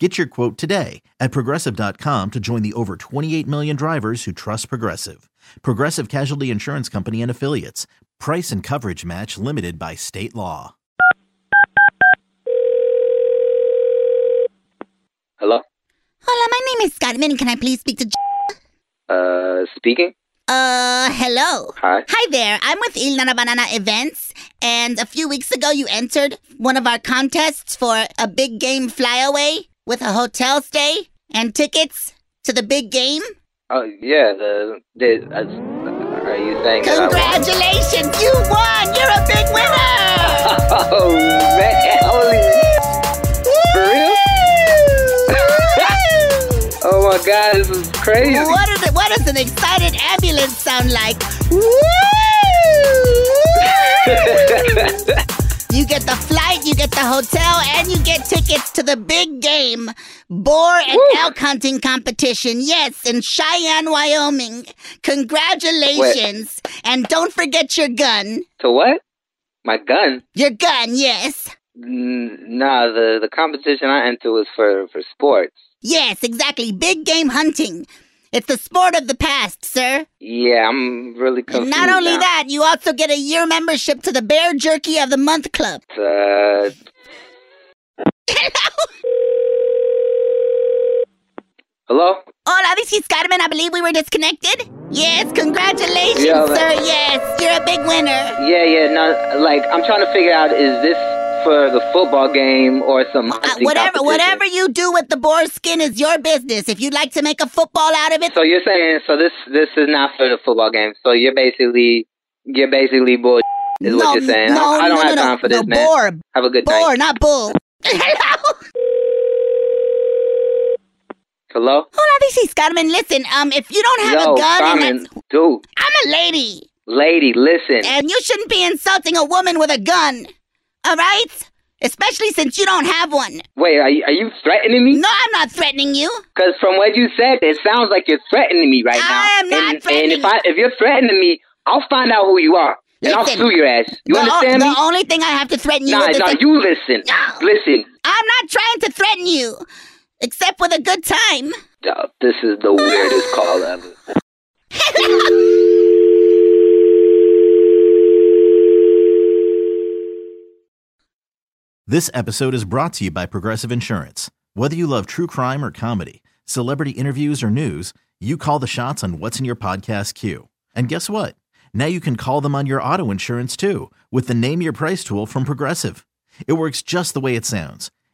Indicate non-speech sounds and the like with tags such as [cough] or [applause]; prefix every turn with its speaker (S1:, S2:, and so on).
S1: Get your quote today at progressive.com to join the over 28 million drivers who trust Progressive. Progressive Casualty Insurance Company and Affiliates. Price and coverage match limited by state law.
S2: Hello?
S3: Hola, my name is Carmen. Can I please speak to? J-
S2: Uh, speaking?
S3: Uh, hello.
S2: Hi.
S3: Hi there. I'm with Il Nana Banana Events, and a few weeks ago you entered one of our contests for a big game flyaway with a hotel stay and tickets to the big game.
S2: Oh, yeah, the, the, uh, are you saying that
S3: Congratulations, you won. You're a big winner.
S2: I won? [laughs] Oh, man, holy, [laughs] for real? [laughs] oh my god, this is crazy.
S3: What, is it, what does an excited ambulance sound like? Woo! you get the flight, you get the hotel, and you get tickets to the big game boar and elk hunting competition. Yes, in Cheyenne, Wyoming. Congratulations. And don't forget your gun.
S2: [laughs] So what? My gun?
S3: Your gun, yes.
S2: N- nah, the, the competition I entered was for, for sports.
S3: Yes, exactly. Big game hunting. It's the sport of the past, sir.
S2: Yeah, I'm really
S3: And
S2: confused.
S3: not only
S2: now.
S3: that, you also get a year membership to the Bear Jerky of the Month Club. [laughs]
S2: Uh, hello?
S3: Hola, this is Carmen. I believe we were disconnected. Yes, congratulations,
S2: Yeah, but-
S3: sir. Yes, you're a big winner.
S2: Yeah, yeah, no, like, I'm trying to figure out is this for the football game or some
S3: Uh,
S2: hunting
S3: whatever,
S2: competition?
S3: whatever you do with the boar skin is your business. If you'd like to make a football out of it,
S2: So you're saying so this this is not for the football game. So you're basically you're basically bull is
S3: no,
S2: what you're saying.
S3: no,
S2: I, I don't
S3: no,
S2: have
S3: no, no,
S2: time for this,
S3: no,
S2: man.
S3: Boar,
S2: Have a good
S3: boar,
S2: night.
S3: not bull. [laughs] Hello.
S2: Hello?
S3: Hola, this is Carmen. Listen, um, if you don't have
S2: Yo,
S3: a gun, and
S2: Carmen,
S3: that's,
S2: dude,
S3: I'm a lady,
S2: lady, listen.
S3: and you shouldn't be insulting a woman with a gun. All right, especially since you don't have one.
S2: Wait, are you, are you threatening me?
S3: No, I'm not threatening you.
S2: Because from what you said, it sounds like you're threatening me right now.
S3: I am not
S2: and,
S3: threatening
S2: And if I if you're threatening me, I'll find out who you are and I'll
S3: Listen.
S2: sue your ass. You
S3: the, o-
S2: understand
S3: the
S2: me?
S3: only thing I have to threaten you
S2: nah,
S3: with
S2: nah,
S3: is a-
S2: you listen.
S3: No.
S2: Listen.
S3: I'm not trying to threaten you, except with a good time.
S2: Yo, this is the weirdest call ever.
S1: This episode is brought to you by Progressive Insurance. Whether you love true crime or comedy, celebrity interviews or news, you call the shots on what's in your podcast queue. And guess what? Now you can call them on your auto insurance too with the Name Your Price tool from Progressive. It works just the way it sounds.